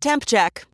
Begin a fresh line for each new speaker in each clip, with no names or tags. Temp check.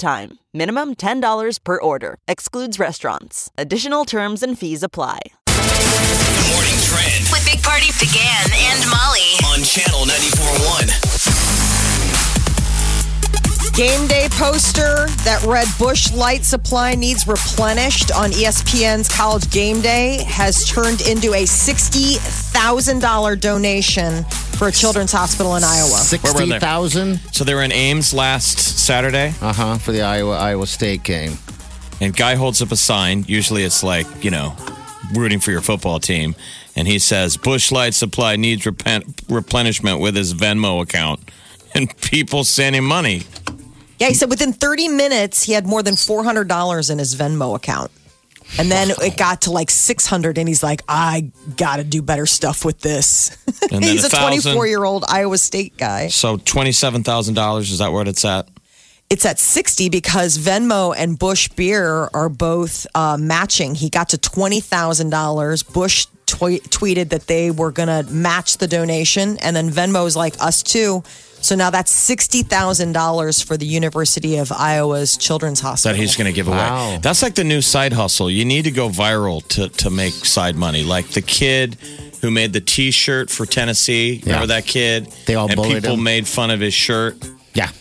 time. Minimum $10 per order. Excludes restaurants. Additional terms and fees apply.
Morning Trend
with Big Party began and Molly.
on Channel 94.1.
Game day poster that read Bush Light Supply needs replenished on E ESPN's College Game Day has turned into a $60,000 donation for a children's hospital in Iowa.
were
Sixty
they?
thousand,
So they were in Ames last Saturday,
uh huh, for the Iowa Iowa State game.
and guy holds up a sign. Usually it's like, you know, rooting for your football team. And he says, Bush Light Supply needs repent- replenishment with his Venmo account. And people sent him money.
Yeah, he said within 30 minutes, he had more than $400 in his Venmo account. And then it got to like 600 and he's like, I got to do better stuff with this.
And then
he's a
1,000.
24 year old Iowa State guy.
So $27,000, is that what it's at?
it's at 60 because Venmo and Bush Beer are both uh, matching. He got to $20,000. Bush twe- tweeted that they were going to match the donation, and then Venmo's like, us too. So now that's $60,000 for the University of Iowa's Children's Hospital.
That he's going to give away.
Wow.
That's like the new side hustle. You need to go viral to, to make side money. Like the kid who made the t shirt for Tennessee. Remember that kid?
They all
And
bullied
people
him.
made fun of his shirt.
Yeah.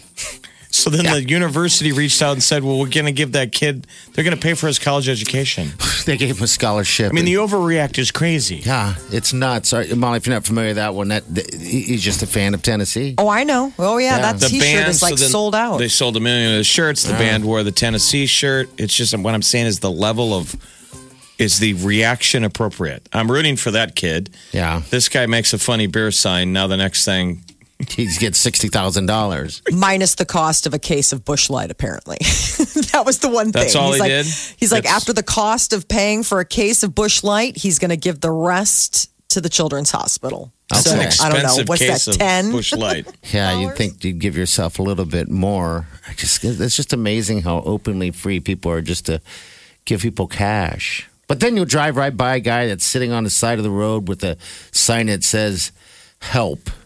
So then the university reached out and said, "Well, we're going to give that kid. They're going to pay for his college education."
They gave him a scholarship.
I mean, the overreact is crazy.
yeah, it's nuts. All right, Molly, if you're not familiar with that one, that th- he- he's just a fan of Tennessee.
oh, I know. Oh, yeah,
Yeah.
that t shirt is
so
like
then
sold out.
They sold a million of the shirts. The band wore the Tennessee shirt. It's just what I'm saying is the level of is the reaction appropriate. I'm rooting for that kid.
Yeah,
This guy makes a funny beer sign. Now the next thing,
he gets sixty thousand dollars.
minus the cost of a case of bush light apparently that was the one
That's
thing
all
he's
he
like
did?
he's like
That's-
after the cost of paying for a case of bush light he's going to give the rest to the children's hospital
That's
so
an
i don't know
expensive
what's
case
that
of
10
Bush Light.
Yeah, you'd think you'd give yourself a little bit more. I just, it's just amazing how openly free people are just to give people cash. But then you'll drive right by a guy that's sitting on the side of the road with a sign that says "Help."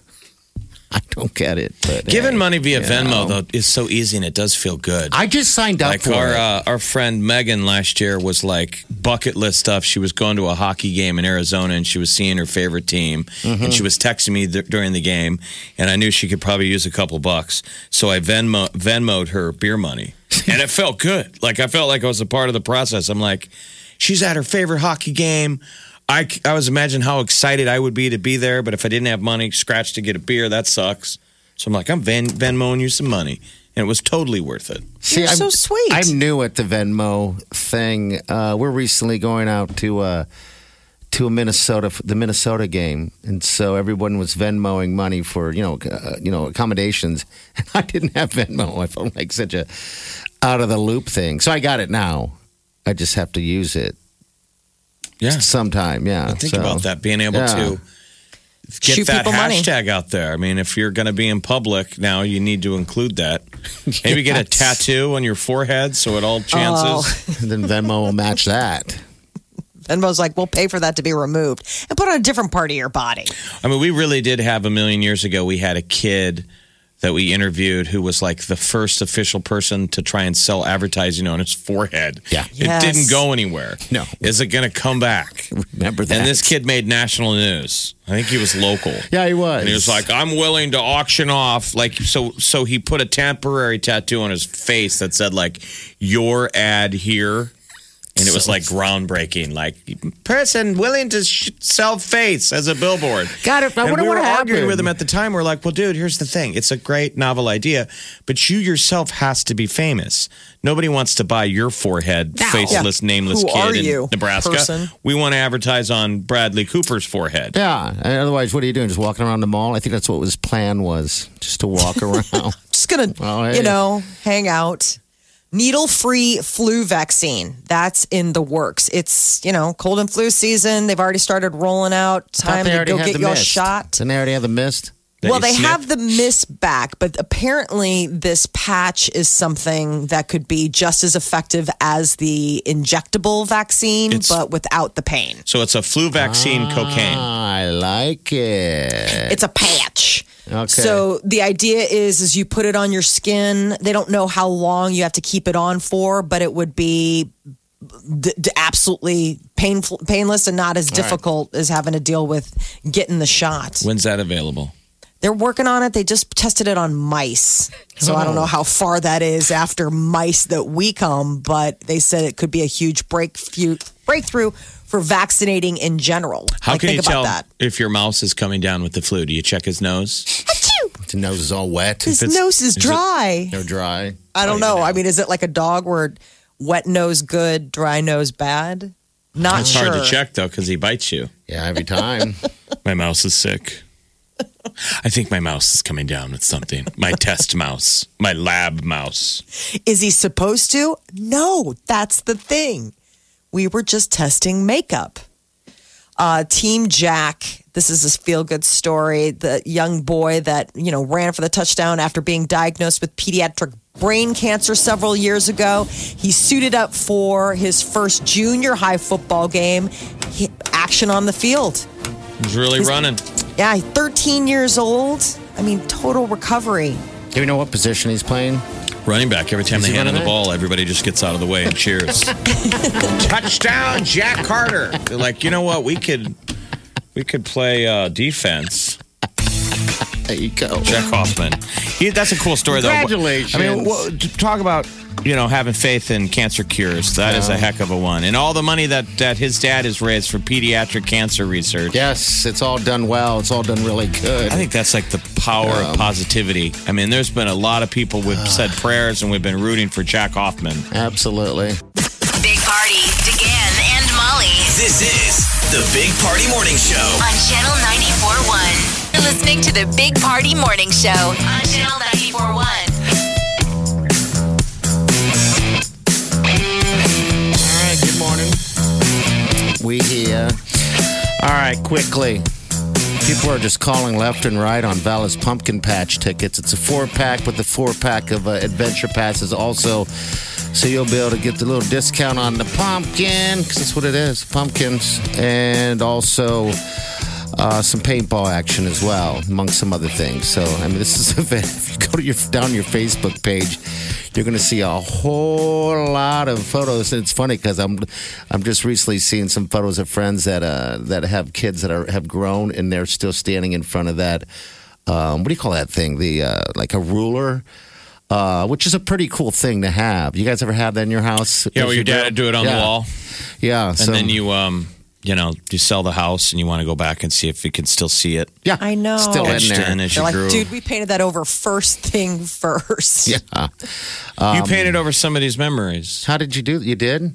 I don't get it. But
Giving
hey,
money via
you
Venmo
know.
though is so easy and it does feel good.
I just signed up
like
for
our
it.
uh, our friend Megan last year was like bucket list stuff. She was going to a hockey game in Arizona and she was seeing her favorite team,
Mm-hmm.
and she was texting me th- during the game, and I knew she could probably use a couple bucks, so I Venmo Venmoed her beer money, and it felt good. Like I felt like I was a part of the process. I'm like, she's at her favorite hockey game. I, c- I was imagining how excited I would be to be there, but if I didn't have money, scratch to get a beer, that sucks. So I'm like, I'm Ven- Venmoing you some money. And it was totally worth it.
See,
You're
I'm,
so sweet.
I'm new at the Venmo thing. Uh, we're recently going out to uh, to a Minnesota the Minnesota game, and so everyone was Venmoing money for you know uh, you know accommodations. And I didn't have Venmo. I felt like such a out of the loop thing. So I got it now. I just have to use it
Yeah.
sometime. Yeah,
Think
so-
about that, being able
Yeah.
to get
Shoot
that
people money.
hashtag out there. I mean, if you're going to be in public now, you need to include that. Maybe get a
Yes. Oh.
tattoo on your forehead so at all chances.
And then Venmo will match that.
venmo's like we'll pay for that to be removed and put on a different part of your body
I mean, we really did have a million years ago, we had a kid that we interviewed who was like the first official person to try and sell advertising on his forehead.
Yeah.
It
Yes.
didn't go anywhere.
No.
Is it going to come back?
Remember that.
And this kid made national news. I think he was local.
Yeah, he was.
And he was like, I'm willing to auction off like so so he put a temporary tattoo on his face that said like your ad here. And it was like groundbreaking, like person willing to sh- sell face as a billboard.
God, I
And
wonder
we
what
were arguing
happened.
with him at the time. We're like, well, dude, here's the thing: it's a great novel idea, but you yourself has to be famous. Nobody wants to buy your forehead, faceless, nameless
Who
kid
are
in
you,
Nebraska.
person?
We want to advertise on Bradley Cooper's forehead.
Yeah. and Otherwise, what are you doing? Just walking around the mall? I think that's what his plan was, just to walk around.
just gonna
Oh, hey.
you know hang out needle free flu vaccine that's in the works it's you know cold and flu season they've already started rolling out
Thought
time
they
to
already
go
had
get
the
your
mist.
shot
Didn't they already have the mist?
that
well
you
they
sniff.
have the mist back but apparently this patch is something that could be just as effective as the injectable vaccine
It's-
but without the pain
So it's a flu vaccine
Ah.
cocaine.
I like it.
It's a patch.
Okay.
So the idea is is you put it on your skin. They don't know how long you have to keep it on for, but it would be d- d- absolutely painful painless and not as difficult as having to deal with getting the shot.
When's that available?
They're working on it. They just tested it on mice. So I don't
Oh.
know how far that is after mice that we come, but they said it could be a huge break breakthrough for vaccinating in general.
How
Like,
can
think about
you tell
that?
if your mouse is coming down with the flu? Do you check his nose?
His nose is all wet.
His nose is dry.
No dry.
I don't know. I mean, is it like a dog where wet nose good, dry nose bad? Not
It's
sure.
hard to check though because he bites you.
Yeah, every time.
My mouse is sick. I think my mouse is coming down with something. My test mouse, my lab mouse.
Is he supposed to? No, that's the thing. We were just testing makeup. Uh, Team Jack, this is this feel good story. The young boy that, you know, ran for the touchdown after being diagnosed with pediatric brain cancer several years ago. He suited up for his first junior high football game. He, action on the field.
He's really running.
Yeah, 13 years old. I mean, total recovery.
Do we know what position he's playing?
Running back. Every time
Is
they
he
hand him the
running back?
ball, everybody just gets out of the way and cheers. Touchdown, Jack Carter. They're like, you know what? We could we could play uh, defense.
There you go.
Jack Hoffman. He, that's a cool story, though.
Congratulations.
I mean, wha- to talk about you know having faith in cancer cures. That is a heck of a one, and all the money that that his dad has raised for pediatric cancer research.
Yes, it's all done well. It's all done really good.
I think that's like the power of positivity. I mean, there's been a lot of people we've said prayers and we've been rooting for Jack Hoffman.
Absolutely.
Big Party, DeGan and Molly
This is the Big Party Morning Show.
on Channel 94.1. You're listening to the Big Party Morning Show on Channel 94.1.
All right, good morning. We here. All right, quickly. People are just calling left and right on Val's Pumpkin Patch tickets. It's a four pack with a four pack of uh, adventure passes, also. So you'll be able to get the little discount on the pumpkin, because that's what it is pumpkins. And also uh, some paintball action as well, among some other things. So, I mean, this is an event. If you go to your down your Facebook page, you're going to see a whole lot of photos. And it's funny because I'm I'm just recently seeing some photos of friends that uh, that have kids that are have grown and they're still standing in front of that. Um, what do you call that thing? The uh, like a ruler. Uh, which is a pretty cool thing to have. You guys ever have that in your house?
Yeah, well, your dad would do it on the
Yeah.
wall,
Yeah,
and then you um, you know, you sell the house and you want to go back and see if you can still see it.
yeah,
I know.
still in
Etched
there.
in as
They're
you
like,
grew.
dude, we painted that over first thing first.
yeah.
um,
you painted over somebody's memories.
How did you do? You did,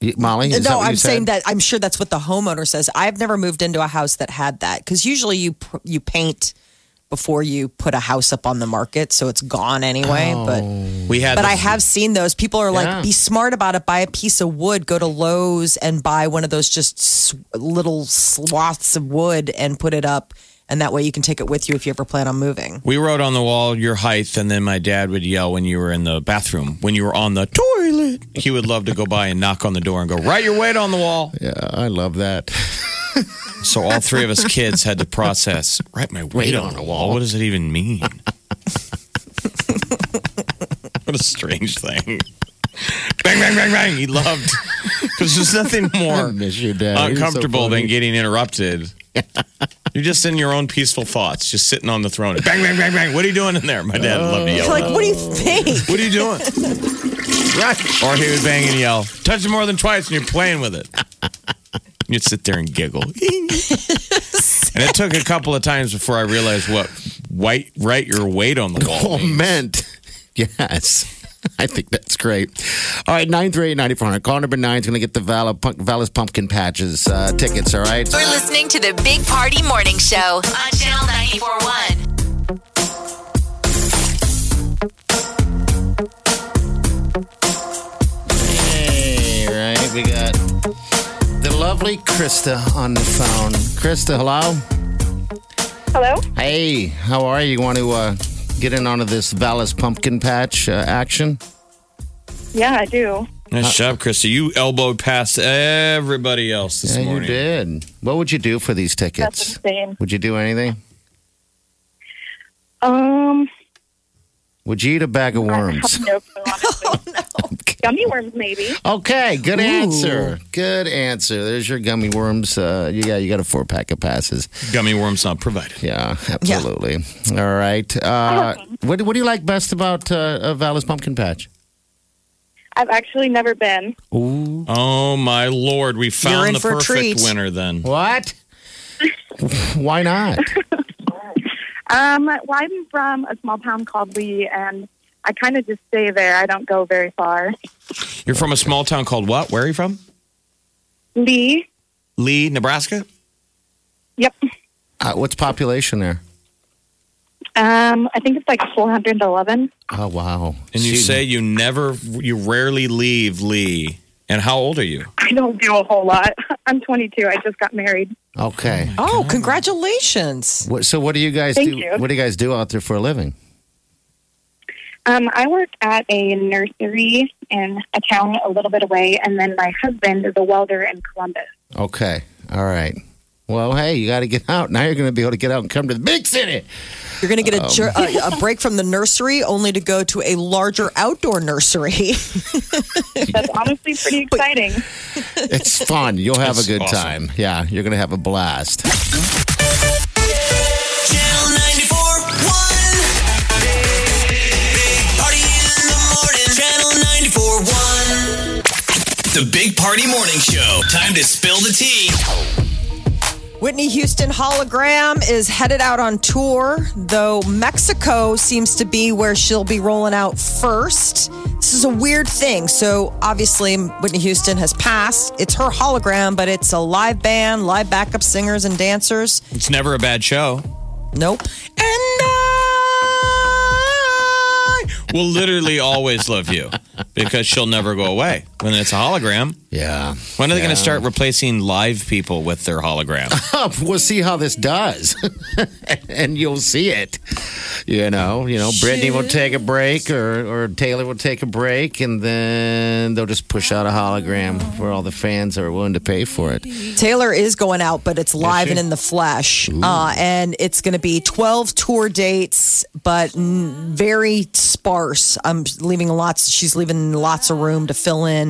You- Molly? Is that
no,
what you
I'm saying
said?
that I'm sure that's what the homeowner says. I've never moved into a house that had that because usually you pr- you paint before you put a house up on the market, so it's gone anyway. But
We had,
but
the-
I have seen those. People are like,
Oh. Yeah.
be smart about it. Buy a piece of wood. Go to Lowe's and buy one of those just s- little swaths of wood and put it up, and that way you can take it with you if you ever plan on moving.
We wrote on the wall your height, and then my dad would yell when you were in the bathroom, when you were on the toilet. He would love to go by and knock on the door and go, write your weight on the wall.
Yeah, I love that.
So all three of us kids had to process, write my weight on the wall. What does it even mean? what a strange thing. Bang, bang, bang, bang. He loved, because there's nothing
I
more
miss your dad. He was so
uncomfortable than
funny.
getting interrupted. You're just in your own peaceful thoughts, just sitting on the throne. Bang, bang, bang, bang. What are you doing in there? My dad loved to yell.
You're like, what do you
Oh.
think?
What are you doing? right. Or he would bang and yell, touch it more than twice and you're playing with it. You'd sit there and giggle. and it took a couple of times before I realized what white right your weight on the wall.
Oh,
means.
meant. Yes. I think that's great. All right, 938-9400. Call number nine is going to get the Val- Punk- Valis Pumpkin Patches uh, tickets, all right?
You're listening to the Big Party Morning Show on Channel 941.
Hey, right, we got the lovely Krista on the phone. Krista, hello?
Hello?
Hey, how are you? Want to uh, get in onto this Valis Pumpkin Patch uh, action?
Yeah, I do.
Nice
uh,
job, Krista. You elbowed past everybody else this
Yeah, you
morning.
did. What would you do for these
That's
tickets?
insane.
Would you do anything?
Um,
Would you eat a bag of worms?
I have no clue, honestly. Gummy worms, maybe.
Okay, good answer. Good answer. There's your gummy worms. Uh, you got you got a four pack of passes.
Gummy worms not provided.
Yeah, absolutely. All right. Uh, what what do you like best about uh, uh, Valis Pumpkin Patch?
I've actually never been.
Ooh,
Oh my lord, we
You're in
found the
for a
perfect
treat.
winner then.
what? Why not?
Um, well, I'm from a small town called Lee, and I kind of just stay there. I don't go very far.
You're from a small town called what? Where are you from?
Lee?
Lee, Nebraska?
Yep.
Uh, what's population there?
Um, I think it's like 411.
Oh wow!
And you
She-
say you never, you rarely leave Lee. And how old are you?
I don't do a whole lot. I'm 22. I just got married.
okay.
Oh, congratulations.
What, so what do you guys
Thank
do?
you.
What do you guys do out there for a living?
Um, I work at a nursery in a town a little bit away, and then my husband is a welder in Columbus.
Okay. All right. Well, hey, you got to get out. Now you're going to be able to get out and come to the big city.
You're going to get a, jer- a, a break from the nursery only to go to a larger outdoor nursery.
That's honestly pretty exciting.
It's fun. You'll have
That's
a good
awesome.
time. Yeah, you're going to have a blast.
Channel 94.1. Big, big party in the morning. Channel 94.1. The Big Party Morning Show. Time to spill the tea.
Whitney Houston hologram is headed out on tour, though Mexico seems to be where she'll be rolling out first. This is a weird thing. So, obviously, Whitney Houston has passed. It's her hologram, but it's a live band, live backup singers and dancers.
It's never a bad show.
Nope.
And I
uh,
will literally always love you because she'll never go away. When it's a hologram,
Yeah.
when are they going to start replacing live people with their hologram?
Up. We'll see how this does, and you'll see it. You know, you know, Brittany will take a break, or or Taylor will take a break, and then they'll just push out a hologram for all the fans that are willing to pay for it.
Taylor is going out, but it's live and in the flesh. Uh, and it's going to be 12 tour dates, but n- very sparse. I'm leaving lots, she's leaving lots of room to fill in.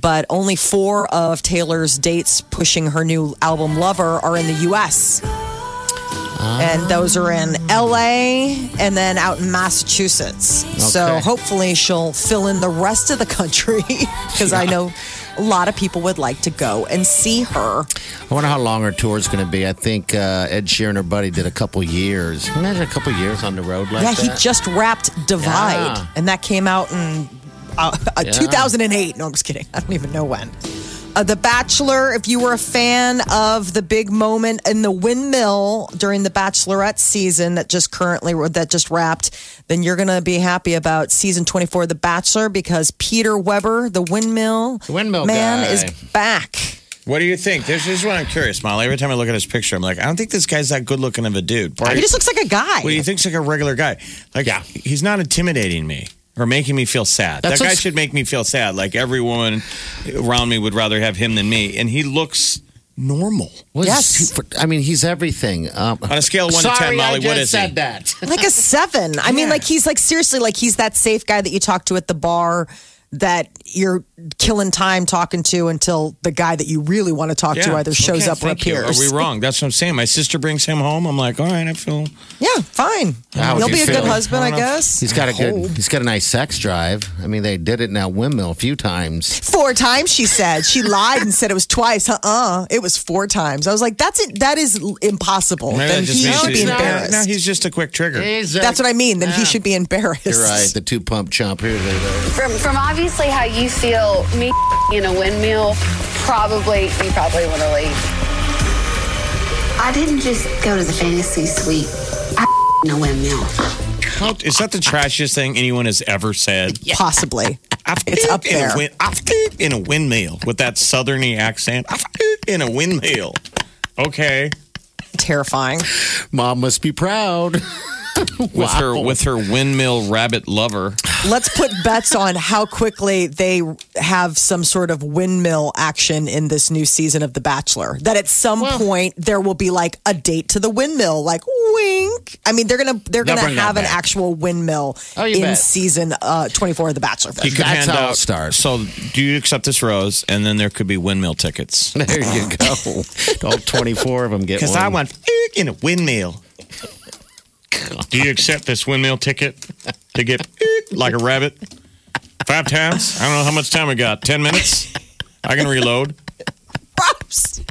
But only four of Taylor's dates pushing her new album Lover are in the US. And those are in LA and then out in Massachusetts. So
Okay.
hopefully she'll fill in the rest of the country because I know a lot of people would like to go and see her.
I wonder how long our tour is going to be. I think uh, Ed Sheeran or Buddy did a couple years. Can you Imagine a couple years on the road like
yeah,
that.
he just wrapped Divide,
Yeah.
and that came out in uh, uh, 2008. No, I'm just kidding. I don't even know when. Uh, the Bachelor, if you were a fan of the big moment in the windmill during the Bachelorette season that just currently that just wrapped, then you're gonna be happy about season 24 of The Bachelor because Peter Weber, the windmill,
windmill
man,
guy.
is back.
what do you think? This is what I'm curious, Molly. Every time I look at his picture, I'm like, I don't think this guy's that good looking of a dude.
He just looks like a guy.
Well, he thinks like a regular guy. Like,
Yeah.
he's not intimidating me or making me feel sad.
That's
that guy
what's-
should make me feel sad. Like every woman around me would rather have him than me, and he looks normal.
What is
Yes.
he for- I mean, he's everything. Um,
On a scale of one to
sorry,
ten, Molly,
I just
what is
said
he?
that.
like a seven. I mean, like he's like seriously, like he's that safe guy that you talk to at the bar that you're killing time talking to until the guy that you really want to talk to either
Okay,
shows up or
thank you.
appears.
Are we wrong? That's what I'm saying. My sister brings him home. I'm like, all right, I feel.
Yeah, fine.
How would
He'll
you
be a
feel?
good husband,
I
I
don't know.
guess. Oh.
He's got a good. He's got a nice sex drive. I mean, they did it in that windmill a few times.
Four times she said she lied and said it was twice. Uh uh it was four times. I was like, that's it. That is l- impossible.
Maybe
then
that just
he
means
should be
he's-
embarrassed.
No, he's just a quick trigger.
that's what I mean. Then he should be embarrassed.
You're right. The two pump chump. Here they go.
From, from obviously how you feel, me in a windmill, probably, you probably want to leave.
I didn't just go to the fantasy suite. I in a windmill.
How- Is that the trashiest thing anyone has ever said?
Possibly.
I've
It's
pooped
up
in a
there.
win- I've pooped in a windmill with that southerny accent. I've pooped in a windmill. Okay.
Terrifying.
Mom must be proud.
With her with her windmill rabbit lover.
Let's put bets on how quickly they have some sort of windmill action in this new season of The Bachelor. That at some point there will be like a date to the windmill, like wink. I mean, they're gonna they're
They'll
gonna
bring that
have an
back.
actual windmill
Oh, you
in
bet.
season uh, twenty four of The Bachelor.
You could
That's
hand
how it
out
starts.
So do you accept this rose? And then there could be windmill tickets.
There you go. All 24 of them get
Because
one.
I went in a windmill. Do you accept this windmill ticket to get like a rabbit? Five times? I don't know how much time we got. Ten minutes? I can reload.
Props.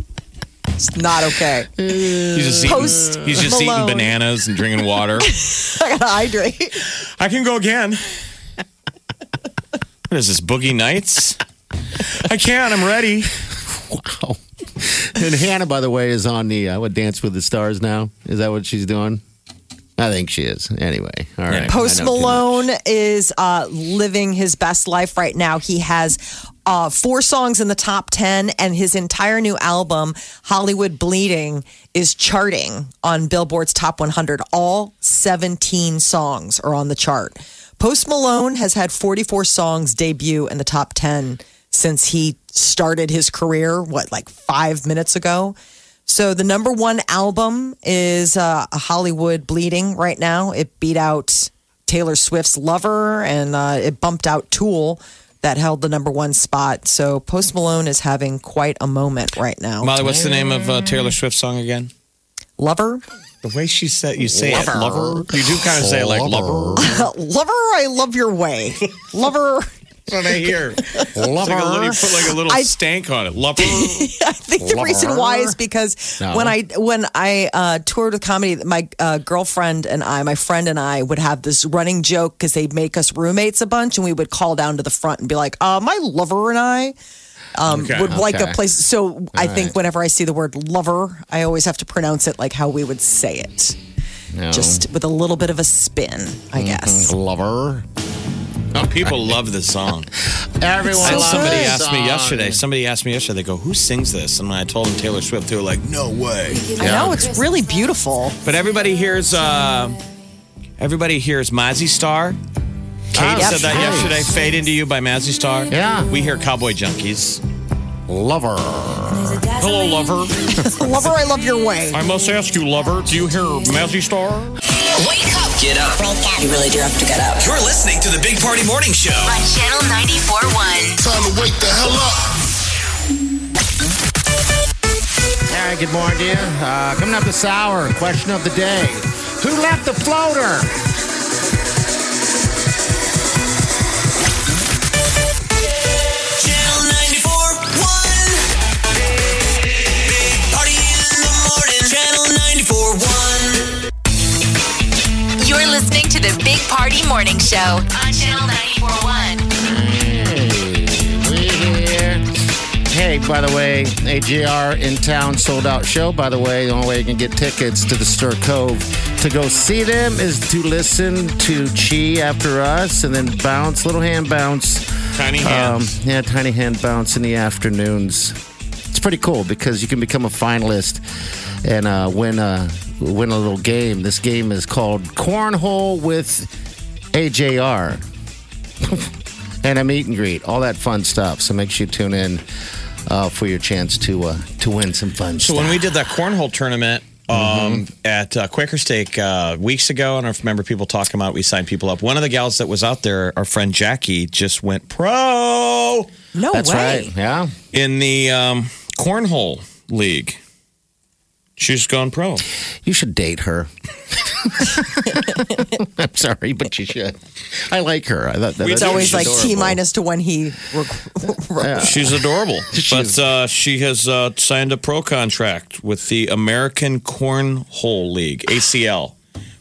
It's not okay.
He's just eating,
Post
he's just eating
Malone.
bananas and drinking water.
I gotta hydrate.
I can go again. What is this, Boogie Nights? I can, I'm ready.
Wow. And Hannah, by the way, is on the I would dance with the stars now. Is that what she's doing? I think she is. Anyway, all right.
Post
I know too much.
Malone is uh, living his best life right now. He has uh, four songs in the top 10, and his entire new album, Hollywood Bleeding, is charting on Billboard's Top 100. All 17 songs are on the chart. Post Malone has had 44 songs debut in the top 10 since he started his career, what, like five minutes ago? So the number one album is uh, Hollywood Bleeding right now. It beat out Taylor Swift's Lover and uh, it bumped out Tool that held the number one spot. So Post Malone is having quite a moment right now.
Molly, what's the name of uh, Taylor Swift's song again?
lover?
The way she said you say lover. it, lover. You do kind of say it like lover.
lover, I love your way. lover.
That's what I hear. It's like a little, you put like a little
I-
stank on it. Lover.
I think the reason why is because
No.
when I when I uh, toured with comedy, my uh, girlfriend and I, my friend and I, would have this running joke because they'd make us roommates a bunch, and we would call down to the front and be like, uh, "My lover and I." Um,
Okay,
would like a
okay.
place. So I think whenever I see the word lover, I always have to pronounce it like how we would say it,
No. Mm,
just with a little bit of a spin,
Mm-hmm.
I guess.
lover.
Oh, people love this song.
Everyone
so
loves
Somebody
good.
this
asked me
song.
yesterday. Somebody asked me yesterday. They go, "Who sings this?" And when I told them Taylor Swift, they were like, "No way."
Oh,
I know it's really beautiful.
But everybody hears. Uh, everybody hears Mazzy Star. Kate
Ah,
said that
nice.
yesterday. Fade into you by Mazzy Star.
Yeah.
We hear Cowboy Junkies.
Lover.
Hello, lover.
lover, I love your way.
I must ask you, lover. Do you hear Mazzy Star?
Wake up
Get up.
You really do have to get up.
You're listening to the Big Party Morning Show.
on Channel 94.1.
Time to wake the hell up.
All right, good morning, dear. Uh, coming up this hour, question of the day. Who left the floater?
Channel 94.1. Big Party in the morning. Channel 94.1.
You're listening to the Big Party Morning Show on Channel 94.1.
Hey, by the way, AJR in town sold out show. By the way, the only way you can get tickets to the Stir Cove to go see them is to listen to Chi after us and then bounce, little hand bounce.
Tiny hands.
Um, yeah, tiny hand bounce in the afternoons. It's pretty cool because you can become a finalist and uh, win a win a little game. This game is called Cornhole with AJR and a meet and greet, all that fun stuff. So make sure you tune in uh, for your chance to uh, to win some fun
So
stuff.
when we did that cornhole tournament, um, at uh, Quaker Steak uh, weeks ago, and I remember people talking about we signed people up. One of the gals that was out there, our friend Jackie, just went pro
No
That's
way.
right. Yeah.
in the um, cornhole league. She's gone pro.
You should date her. I'm sorry, but you should. I like her. I thought that,
It's
It's
that-
always
she's
like T
adorable.
minus to when he. Rec-
She's adorable, but uh, she has uh, signed a pro contract with the American Cornhole League (ACL),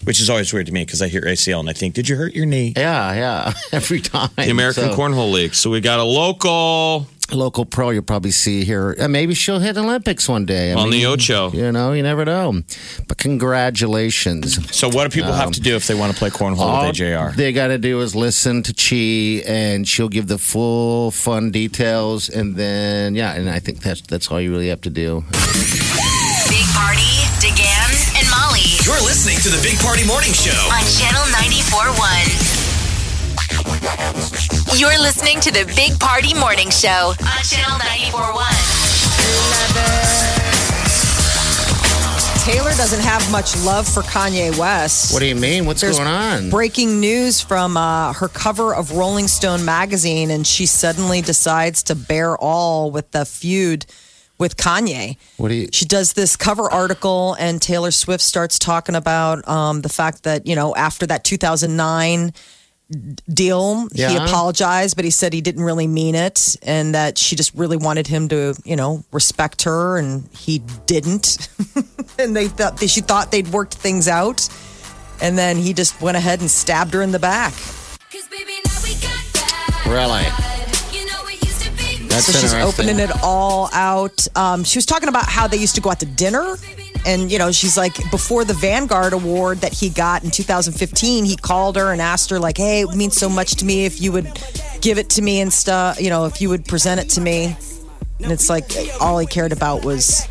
which is always weird to me because I hear ACL and I think, "Did you hurt your knee?"
Yeah, yeah. Every time.
The American
So,
Cornhole League. So we got a local
Local pro, you'll probably see here. And maybe she'll hit Olympics one day. I
on the
mean,
Ocho.
You know, you never know. But congratulations.
So what do people have to do if they want to play cornhole with AJR?
they got to do is listen to Chi, and she'll give the full fun details. And then, yeah, and I think that's that's all you really have to do.
Big Party, DeGan, and Molly
You're listening to the Big Party Morning Show.
on Channel 94.1. You're listening to the Big Party Morning Show on Channel 94.1.
Taylor doesn't have much love for Kanye West.
What do you mean? What's
There's
going on?
Breaking news from uh, her cover of Rolling Stone magazine, and she suddenly decides to bear all with the feud with Kanye.
What do you?
She does this cover article, and Taylor Swift starts talking about um, the fact that, you know, after that 2009 deal, he
Yeah.
apologized, but he said he didn't really mean it, and that she just really wanted him to, you know, respect her, and he didn't. and they thought she thought they'd worked things out, and then he just went ahead and stabbed her in the back.
Really? That's
So she's
interesting.
opening it all out. Um, she was talking about how they used to go out to dinner. And, you know, she's like, before the Vanguard Award that he got in 2015, he called her and asked her, like, hey, it means so much to me if you would give it to me and stuff, you know, if you would present it to me. And it's like, all he cared about was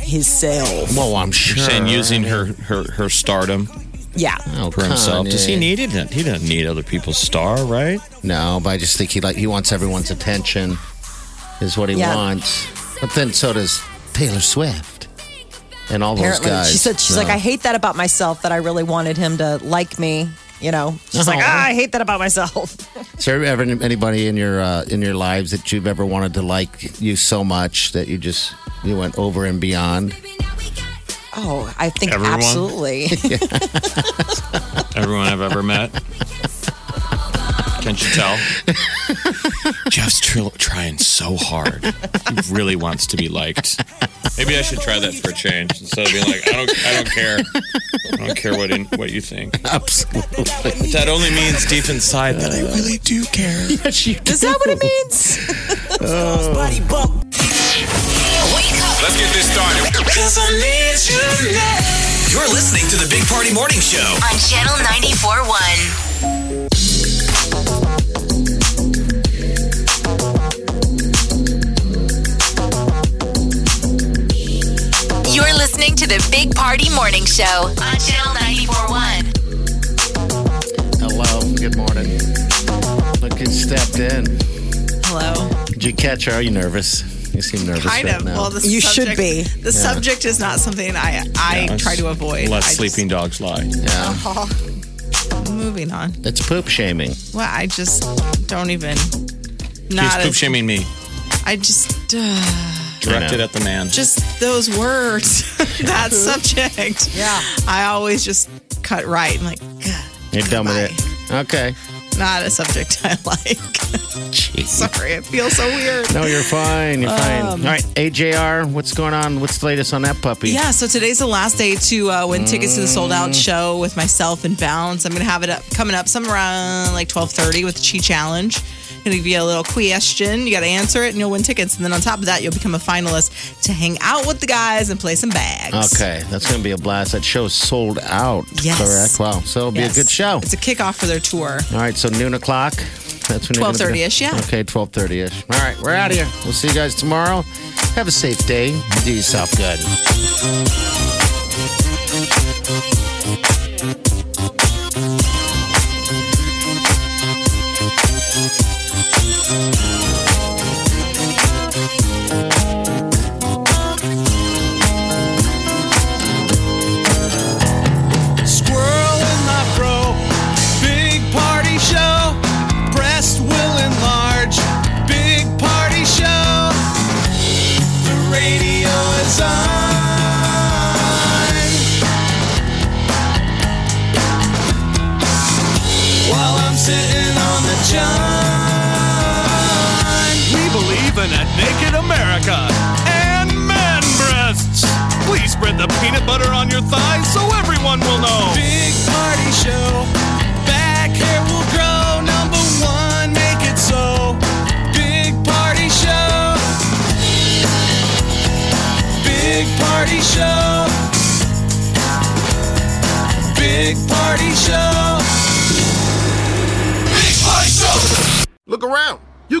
his sale.
Well, I'm sure.
Saying using her, her, her stardom
Yeah.
Oh,
for himself. Does he
Kanye.
need it? He doesn't need other people's star, right?
No, but I just think he like he wants everyone's attention, is what he
Yeah.
wants. But then so does Taylor Swift and all
Apparently,
those guys.
she said, she's like,
No.
I hate that about myself that I really wanted him to like me. You know, she's
Oh.
like, ah, I hate that about myself.
Is there ever anybody in your uh, in your lives that you've ever wanted to like you so much that you just you went over and beyond?
Oh, I think
Everyone?
absolutely.
Everyone I've ever met. Can't you tell? Jeff's tr- trying so hard. He really wants to be liked. Maybe I should try that for a change instead of being like, I don't, I don't care. I don't care what in, what you think. But that only means deep inside that I really do care.
Is that what it means?
Wake up
Let's get this started. You're listening to the Big Party Morning Show.
on Channel 94.1. You're listening to the Big Party Morning Show on Channel 94.1.
Hello, good morning. Look who stepped in.
Hello.
Did you catch her? Are you nervous? You seem nervous
Kind
right
of.
now.
Well, the
You should
subject,
be.
The subject is not something I I try to avoid.
Let
I just-
sleeping dogs lie.
yeah,
moving on.
it's poop shaming.
Well, I just don't even.
He's
Not.
poop
A,
shaming me.
I just. Uh,
Directed
know.
at the man.
just those words. that subject.
Yeah.
I always just cut right and like. "Gah,
You're done with
Bye.
it. Okay.
Not a subject I like. Sorry, it feels so weird.
No, you're fine. You're fine.
Um.
All right, AJR, what's going on? What's the latest on that puppy?
Yeah, so today's the last day to uh, win tickets to the sold out
Mm.
show with myself and Bounce. I'm gonna have it up coming up somewhere around like 12:30 with the Chi Challenge. Gonna give you a little question. You gotta answer it, and you'll win tickets. And then on top of that, you'll become a finalist to hang out with the guys and play some bags.
Okay, that's going to be a blast. That show's sold out,
Yes.
correct? Wow, so it'll be
Yes.
a good show.
It's a kickoff for their tour.
All right, so noon o'clock. That's when you're gonna be-
12:30-ish, yeah.
Okay, twelve thirty ish. All right, we're out of here. We'll see you guys tomorrow. Have a safe day. Do yourself good.
Naked America and man breasts. Please spread the peanut butter on your thighs so everyone will know. Big party show. Back hair will grow. Number one, make it so. Big party show. Big party show. Big party show. Big party show.
Look around. You